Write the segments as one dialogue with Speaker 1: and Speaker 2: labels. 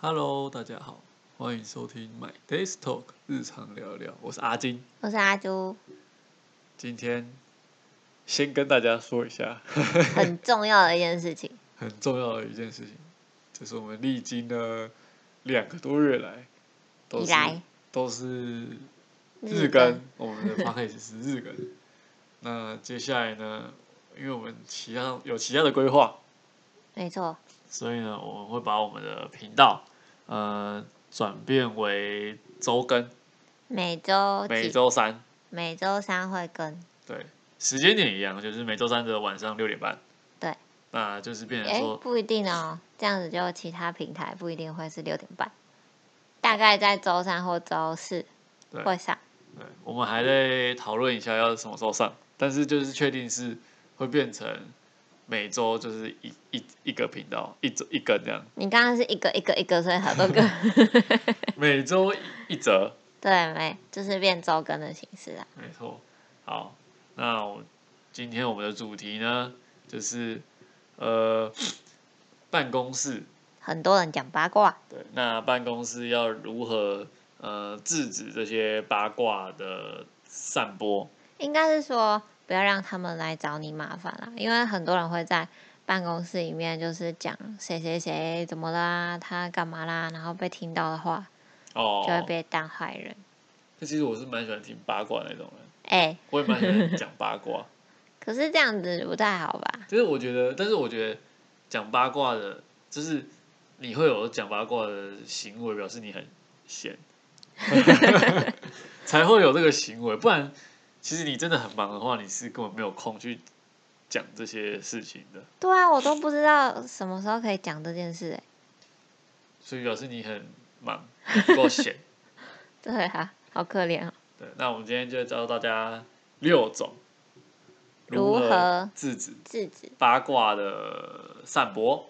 Speaker 1: Hello，大家好，欢迎收听 My Days Talk 日常聊聊，我是阿金。
Speaker 2: 我是阿朱，
Speaker 1: 今天先跟大家说一下
Speaker 2: 很重要的一件事情。
Speaker 1: 很重要的一件事情，就是我们历经了两个多月来， 都
Speaker 2: 以
Speaker 1: 是
Speaker 2: 来
Speaker 1: 都是
Speaker 2: 日
Speaker 1: 日
Speaker 2: 更
Speaker 1: 更，我们的 p o d c a s 是日 更。那接下来呢，因为我们其他有其他的规划，
Speaker 2: 没错，
Speaker 1: 所以呢，我们会把我们的频道呃转变为周更，
Speaker 2: 每周几
Speaker 1: 每周三。
Speaker 2: 每周三会更，
Speaker 1: 对，时间点一样，就是每周三的晚上六点半。
Speaker 2: 对。
Speaker 1: 那就是变成
Speaker 2: 哎、
Speaker 1: 说，
Speaker 2: 不一定哦。这样子就其他平台不一定会是六点半，大概在周三或周四
Speaker 1: 对
Speaker 2: 会上。
Speaker 1: 对，我们还在讨论一下要什么时候上，但是就是确定是会变成每周就是一一一个频道，一周一根这样，
Speaker 2: 你刚刚是一个一个一个，所以好多 个。
Speaker 1: 每周一一折，
Speaker 2: 对，没，就是变周更的形式啊。
Speaker 1: 没错。好，那我今天我们的主题呢，就是呃，办公室
Speaker 2: 很多人讲八卦，
Speaker 1: 对，那办公室要如何呃制止这些八卦的散播？
Speaker 2: 应该是说不要让他们来找你麻烦啦，因为很多人会在办公室里面就是讲谁谁谁怎么啦，他干嘛啦，然后被听到的话
Speaker 1: 哦
Speaker 2: 就，会被当坏人。
Speaker 1: 那其实我是蛮喜欢听八卦那种人，
Speaker 2: 哎、
Speaker 1: 我也蛮喜欢讲八卦。
Speaker 2: 可是这样子不太好吧？
Speaker 1: 就是我觉得，但是我觉得讲八卦的，就是你会有讲八卦的行为，表示你很闲， 才会有这个行为。不然，其实你真的很忙的话，你是根本没有空去讲这些事情的。
Speaker 2: 对啊，我都不知道什么时候可以讲这件事、哎，
Speaker 1: 所以表示你很忙，你不够闲。
Speaker 2: 对啊，好可怜哦。
Speaker 1: 对，那我们今天就教大家六种
Speaker 2: 如
Speaker 1: 何
Speaker 2: 何
Speaker 1: 制止
Speaker 2: 制止
Speaker 1: 八卦的散播。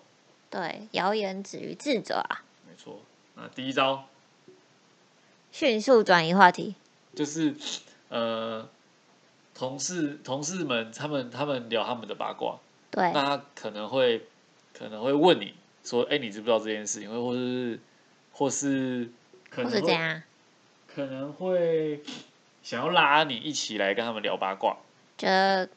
Speaker 2: 对谣言止于智者啊，
Speaker 1: 没错，那第一招
Speaker 2: 迅速转移话题。
Speaker 1: 就是呃，同事同事们他们他们聊他们的八卦，
Speaker 2: 对
Speaker 1: 那他可能会可能会问你说，哎、你知不知道这件事情？或或是或是可
Speaker 2: 或
Speaker 1: 能
Speaker 2: 是怎
Speaker 1: 会
Speaker 2: 样，啊
Speaker 1: 可能会想要拉你一起来跟他们聊八卦。
Speaker 2: 觉得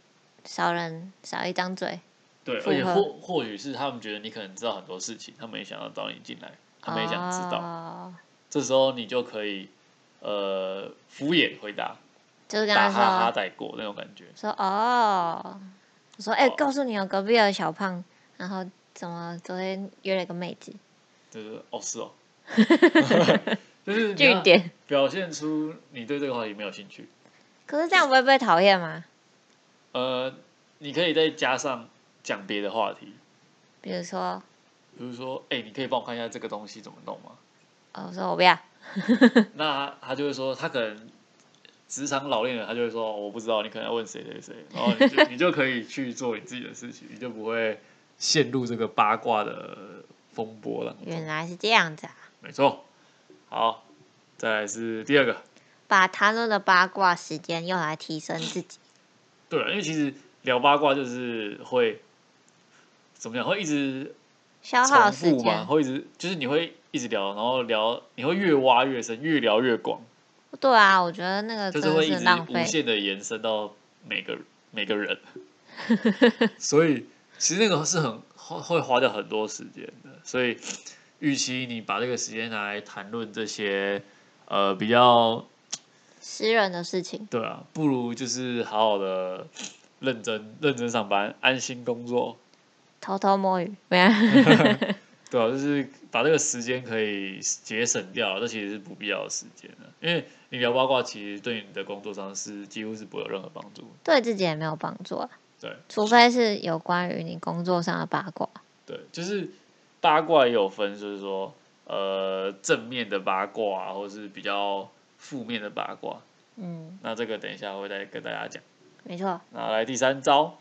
Speaker 2: 少人少一张嘴，
Speaker 1: 对，
Speaker 2: 附
Speaker 1: 而且
Speaker 2: 和
Speaker 1: 或或许是他们觉得你可能知道很多事情，他们也想要找你进来，他们也想知道。
Speaker 2: 哦
Speaker 1: 这时候你就可以呃敷衍回答，
Speaker 2: 就是跟他
Speaker 1: 打
Speaker 2: 说
Speaker 1: 哈哈带过那种感觉。
Speaker 2: 说哦，我说哎、
Speaker 1: 哦
Speaker 2: 告诉你哦，隔壁有小胖，然后怎么昨天约了一个妹子，
Speaker 1: 就是哦是 哦，就是你
Speaker 2: 据
Speaker 1: 要
Speaker 2: 点。
Speaker 1: 表现出你对这个话题没有兴趣。
Speaker 2: 可是这样不会被讨厌吗？
Speaker 1: 呃，你可以再加上讲别的话题，
Speaker 2: 比如说，
Speaker 1: 比如说，哎、你可以帮我看一下这个东西怎么弄吗？
Speaker 2: 哦，我说我不要，
Speaker 1: 那他就会说，他可能职场老练了，他就会说哦我不知道，你可能要问谁谁谁，然后你就你就可以去做你自己的事情，你就不会陷入这个八卦的风波了。
Speaker 2: 原来是这样子啊！
Speaker 1: 没错，好，再来是第二个，
Speaker 2: 把谈论的八卦时间用来提升自己，
Speaker 1: 对啊了，因为其实聊八卦就是会怎么讲，会一直
Speaker 2: 消
Speaker 1: 重
Speaker 2: 耗时
Speaker 1: 复嘛，
Speaker 2: 间。
Speaker 1: 会一直就是你会一直聊，然后聊你会越挖越深，越聊越广，
Speaker 2: 对啊，我觉得那个
Speaker 1: 就
Speaker 2: 真
Speaker 1: 是
Speaker 2: 的
Speaker 1: 会一
Speaker 2: 是
Speaker 1: 直
Speaker 2: 浪
Speaker 1: 无
Speaker 2: 费。
Speaker 1: 限的延伸到每个每个 人，所以其实那个是很会会花掉很多时间的，所以预期你把这个时间拿来谈论这些呃比较
Speaker 2: 私人的事情，
Speaker 1: 对啊，不如就是好好的认真认真上班，安心工作，
Speaker 2: 偷偷摸 鱼，没有
Speaker 1: 对啊，就是把这个时间可以节省掉，这其实是不必要的时间的、因为你聊八卦，其实对你的工作上是几乎是不会有任何帮助。
Speaker 2: 对自己也没有帮助啊。
Speaker 1: 对
Speaker 2: 除非是有关于你工作上的八卦，
Speaker 1: 对，就是八卦也有分，就是说呃正面的八卦、啊，或是比较负面的八卦。
Speaker 2: 嗯，
Speaker 1: 那这个等一下我会再跟大家讲。
Speaker 2: 没错。
Speaker 1: 那来第三招，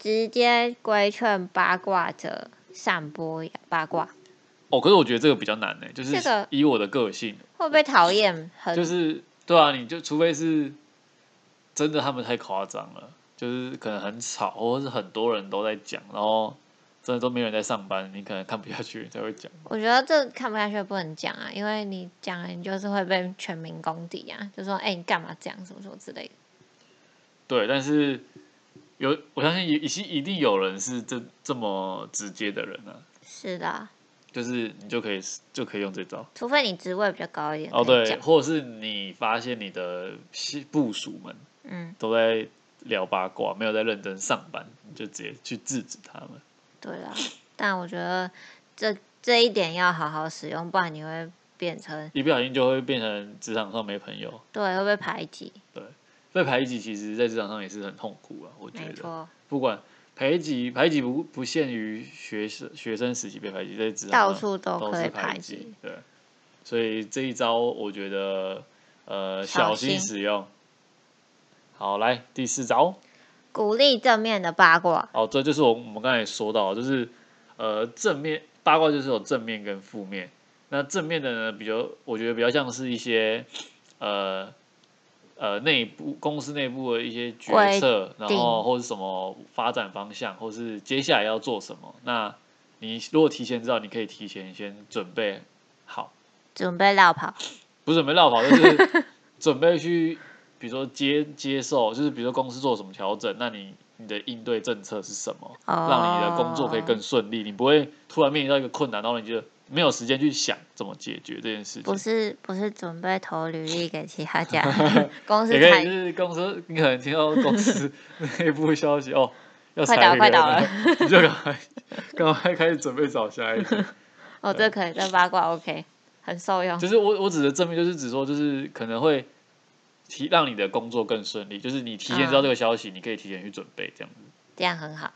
Speaker 2: 直接规劝八卦者散播八卦，
Speaker 1: 哦，可是我觉得这个比较难呢、就是
Speaker 2: 这个
Speaker 1: 以我的个性，
Speaker 2: 会被讨厌很。
Speaker 1: 就是对啊，你就除非是真的他们太夸张了，就是可能很吵，或者是很多人都在讲，然后真的都没有人在上班，你可能看不下去你才会讲。
Speaker 2: 我觉得这看不下去不能讲啊，因为你讲了，你就是会被全民公敌啊，就说哎、你干嘛这样什么什么之类的。
Speaker 1: 对，但是有我相信一一定一定有人是这这么直接的人啊，
Speaker 2: 是的啊，
Speaker 1: 就是你就可以就可以用这招。
Speaker 2: 除非你职位比较高一点
Speaker 1: 哦，
Speaker 2: 可以
Speaker 1: 对，
Speaker 2: 讲，
Speaker 1: 或者是你发现你的系部署们
Speaker 2: 嗯，
Speaker 1: 都在聊八卦，没有在认真上班，你就直接去制止他们。
Speaker 2: 对 啦。但我觉得这这一点要好好使用，不然你会变成
Speaker 1: 一不小心就会变成职场上没朋友，
Speaker 2: 对会被排挤，
Speaker 1: 被排挤，其实在职场上也是很痛苦啊。我觉
Speaker 2: 没
Speaker 1: 得，
Speaker 2: 错，
Speaker 1: 不管排挤，排挤不不限于学生学生时期被排挤，在职
Speaker 2: 到
Speaker 1: 场上
Speaker 2: 处都
Speaker 1: 啊都
Speaker 2: 可以
Speaker 1: 是
Speaker 2: 排
Speaker 1: 挤
Speaker 2: 挤。。
Speaker 1: 对，所以这一招我觉得，呃，
Speaker 2: 小
Speaker 1: 小心
Speaker 2: 心
Speaker 1: 使用。好，来第四招。
Speaker 2: 鼓励正面的八卦，
Speaker 1: 哦，这就是我我们刚才说到的，就是呃正面八卦就是有正面跟负面。那正面的呢，比较我觉得比较像是一些呃呃内部公司内部的一些决
Speaker 2: 规
Speaker 1: 策，然
Speaker 2: 定
Speaker 1: 后或是什么发展方向，或是接下来要做什么。那你如果提前知道，你可以提前先准备好，
Speaker 2: 准备绕跑，
Speaker 1: 不是准备绕跑，就是准备去，比如说接接受，就是比如说公司做什么调整，那你你的应对政策是什么？
Speaker 2: 哦
Speaker 1: 让你的工作可以更顺利，你不会突然面临到一个困难，然后你就没有时间去想怎么解决这件事
Speaker 2: 不
Speaker 1: 情。
Speaker 2: 是不是准备投履历给其 他家公司
Speaker 1: 也可以就
Speaker 2: 才
Speaker 1: 是公司，你可能听到公司内部消息哦，要
Speaker 2: 快
Speaker 1: 裁
Speaker 2: 倒
Speaker 1: 员
Speaker 2: 快倒
Speaker 1: 了
Speaker 2: 了，
Speaker 1: 你就赶快赶快开始准备找下一个。
Speaker 2: 哦，这可以，这八卦 OK，很受用
Speaker 1: 就。是我我指的正面，就是指说，就是可能会提让你的工作更顺利，就是你提前知道这个消息，你可以提前去准备这样子。
Speaker 2: 这样很好。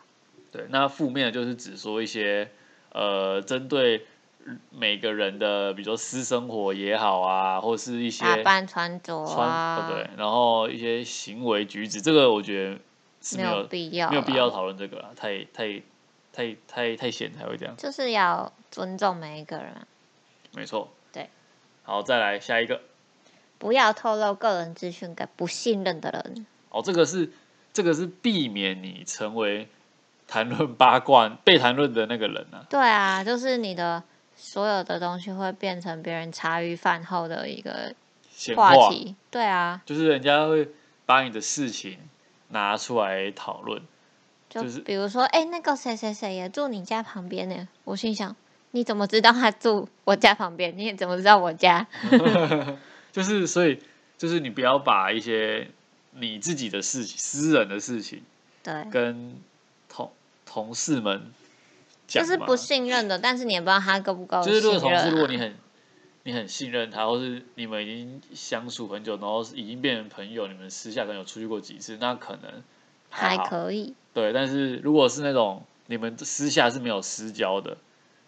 Speaker 1: 对，那负面的就是指说一些呃，针对每个人的，比如说私生活也好啊，或是一些
Speaker 2: 打扮穿着
Speaker 1: 穿、哦
Speaker 2: 啊，
Speaker 1: 对，然后一些行为举止，这个我觉得是
Speaker 2: 没
Speaker 1: 没有
Speaker 2: 必要，
Speaker 1: 没有必要，讨论这个啦，太太太太太闲才会这样，
Speaker 2: 就是要尊重每一个人啊，
Speaker 1: 没错。
Speaker 2: 对，
Speaker 1: 好，再来下一个。
Speaker 2: 不要透露个人资讯给不信任的人。
Speaker 1: 哦，这个是这个是避免你成为谈论八卦被谈论的那个人啊。
Speaker 2: 对啊，就是你的所有的东西会变成别人茶余饭后的一个
Speaker 1: 闲
Speaker 2: 话题。对啊，
Speaker 1: 就是人家会把你的事情拿出来讨论，
Speaker 2: 就
Speaker 1: 就是
Speaker 2: 比如说，哎、那个谁谁谁也住你家旁边呢，我心想。你怎么知道他住我家旁边？你也怎么知道我家？
Speaker 1: 就是所以就是你不要把一些你自己的事情、私人的事情
Speaker 2: 对，
Speaker 1: 跟同同事们讲
Speaker 2: 就
Speaker 1: 嘛，
Speaker 2: 是不信任的，但是你也不知道他够不够
Speaker 1: 就
Speaker 2: 信
Speaker 1: 是
Speaker 2: 任、啊。
Speaker 1: 如果同事，如果你很你很信任他，或是你们已经相处很久，然后已经变成朋友，你们私下可能有出去过几次，那可能
Speaker 2: 还
Speaker 1: 好
Speaker 2: 可以，
Speaker 1: 对。但是如果是那种你们私下是没有私交的，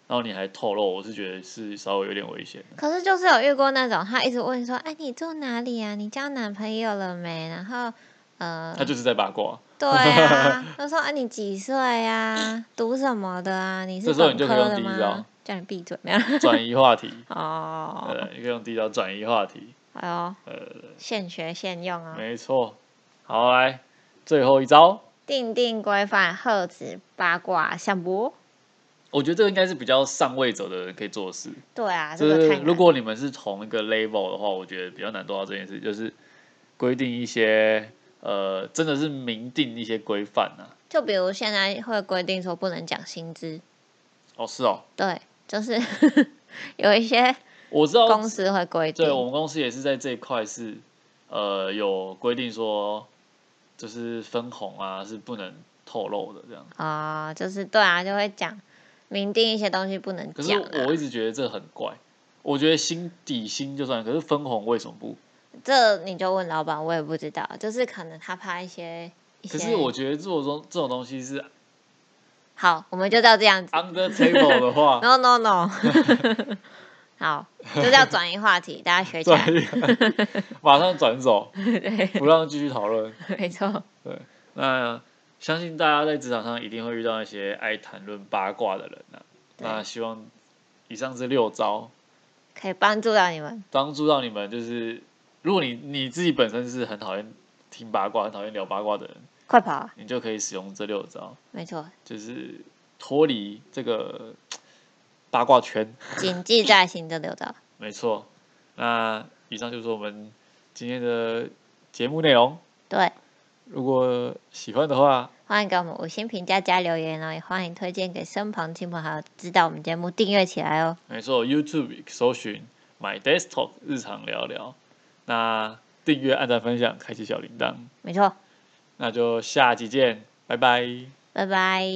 Speaker 1: 然后你还透露，我是觉得是稍微有点危险的。
Speaker 2: 可是就是有遇过那种，他一直问说：“哎，你住哪里啊？你交男朋友了没？”然后，呃
Speaker 1: 他，就是在八卦，
Speaker 2: 对啊，他说：“啊，你几岁啊？读什么的啊？你是
Speaker 1: 这时候
Speaker 2: 本
Speaker 1: 你就
Speaker 2: 科
Speaker 1: 可以用
Speaker 2: 的
Speaker 1: 第一
Speaker 2: 吗
Speaker 1: 招？”
Speaker 2: 叫你闭嘴，没有？
Speaker 1: 转移话题，
Speaker 2: 哦，
Speaker 1: 呃，你可以用第一招转移话题，
Speaker 2: 哎呦，
Speaker 1: 呃，
Speaker 2: 现学现用哦。
Speaker 1: 没错。好，来最后一招，
Speaker 2: 定定规范贺子八卦项目。
Speaker 1: 我觉得这个应该是比较上位者的人可以做的事。
Speaker 2: 对啊，这
Speaker 1: 就
Speaker 2: 个
Speaker 1: 是
Speaker 2: 太难
Speaker 1: 如果你们是同一个 level 的话，我觉得比较难做到这件事，就是规定一些呃，真的是明定一些规范啊呐。
Speaker 2: 就比如现在会规定说不能讲薪资，
Speaker 1: 哦，是哦，
Speaker 2: 对，就是 有一些
Speaker 1: 我知道，
Speaker 2: 公司会规定
Speaker 1: 对，我们公司也是在这一块是呃有规定说，就是分红啊是不能透露的这样。
Speaker 2: 啊、就是对啊，就会讲明定一些东西不能
Speaker 1: 可是
Speaker 2: 讲、
Speaker 1: 我
Speaker 2: 啊。
Speaker 1: 一直觉得这很怪，我觉得薪底薪就算，可是分红为什么不？
Speaker 2: 这你就问老板，我也不知道，就是可能他怕一些一些。
Speaker 1: 可是我觉得这种东这种东西是
Speaker 2: 好，我们就照这样子。
Speaker 1: under table 的 话，
Speaker 2: No no no，好，就叫转移话题，大家学起来。
Speaker 1: 转移马上转走，
Speaker 2: 对，
Speaker 1: 不让继续讨论。
Speaker 2: 没错，
Speaker 1: 那相信大家在职场上一定会遇到一些爱谈论八卦的人呐、
Speaker 2: 对
Speaker 1: 那希望以上这六招
Speaker 2: 可以帮助到你们。
Speaker 1: 帮助到你们，就是如果你你自己本身是很讨厌听八卦、很讨厌聊八卦的人，
Speaker 2: 快跑啊！
Speaker 1: 你就可以使用这六招，
Speaker 2: 没错，
Speaker 1: 就是脱离这个八卦圈。
Speaker 2: 谨记在心的刘导，
Speaker 1: 没错，那以上就是我们今天的节目内容。
Speaker 2: 对，
Speaker 1: 如果喜欢的话，
Speaker 2: 欢迎给我们五星评价加留言哦，也欢迎推荐给身旁亲朋好友知道我们节目，订阅起来哦。
Speaker 1: 没错，YouTube 搜寻 My Desktop 日常聊聊，那订阅、按赞、分享、开启小铃铛，
Speaker 2: 没错，
Speaker 1: 那就下集见，拜拜。
Speaker 2: 拜拜。